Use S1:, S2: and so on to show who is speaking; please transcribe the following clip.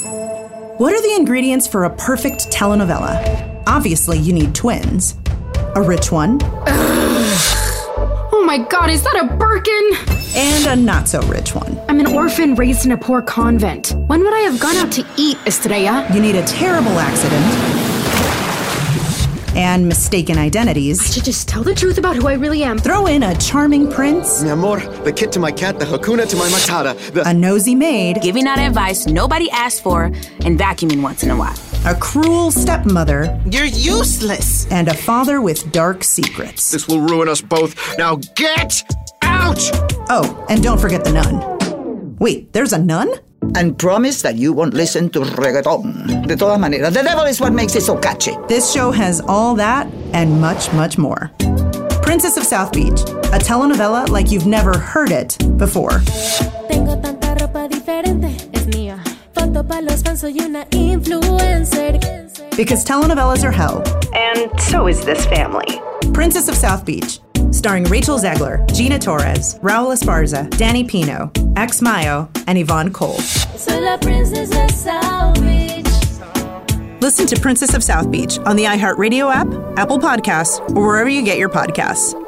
S1: What are the ingredients for a perfect telenovela? Obviously, you need twins. A rich one
S2: Oh my god, is that a Birkin?
S1: and a not so rich one.
S2: I'm an orphan raised in a poor convent. When would I have gone out to eat, Estrella?
S1: You need a terrible accident and mistaken identities.
S2: To just tell the truth about who I really am.
S1: Throw in a charming prince,
S3: Mi amor, the kit to my cat, the hakuna to my matata, the.
S1: a nosy maid,
S4: Giving out advice nobody asked for, and vacuuming once in a while.
S1: a cruel stepmother,
S5: You're useless.
S1: and a father with dark secrets.
S3: this will ruin us both. Now get out!
S1: Oh, and don't forget the nun. Wait, there's a nun?
S5: And promise that you won't listen to reggaeton. De todas maneras, the devil is what makes it so catchy.
S1: This show has all that and much, much more. Princess of South Beach, a telenovela like you've never heard it before.
S6: Tengo tanta ropa diferente, es mía. Foto para los fans, soy una influencer.
S1: Because telenovelas are hell.
S7: And so is this family.
S1: Princess of South Beach, starring Rachel Zegler, Gina Torres, Raul Esparza, Danny Pino, Ex Mayo, and Yvonne Cole.
S6: Soy la princesa South Beach.
S1: Listen to Princess of South Beach on the iHeartRadio app, Apple Podcasts, or wherever you get your podcasts.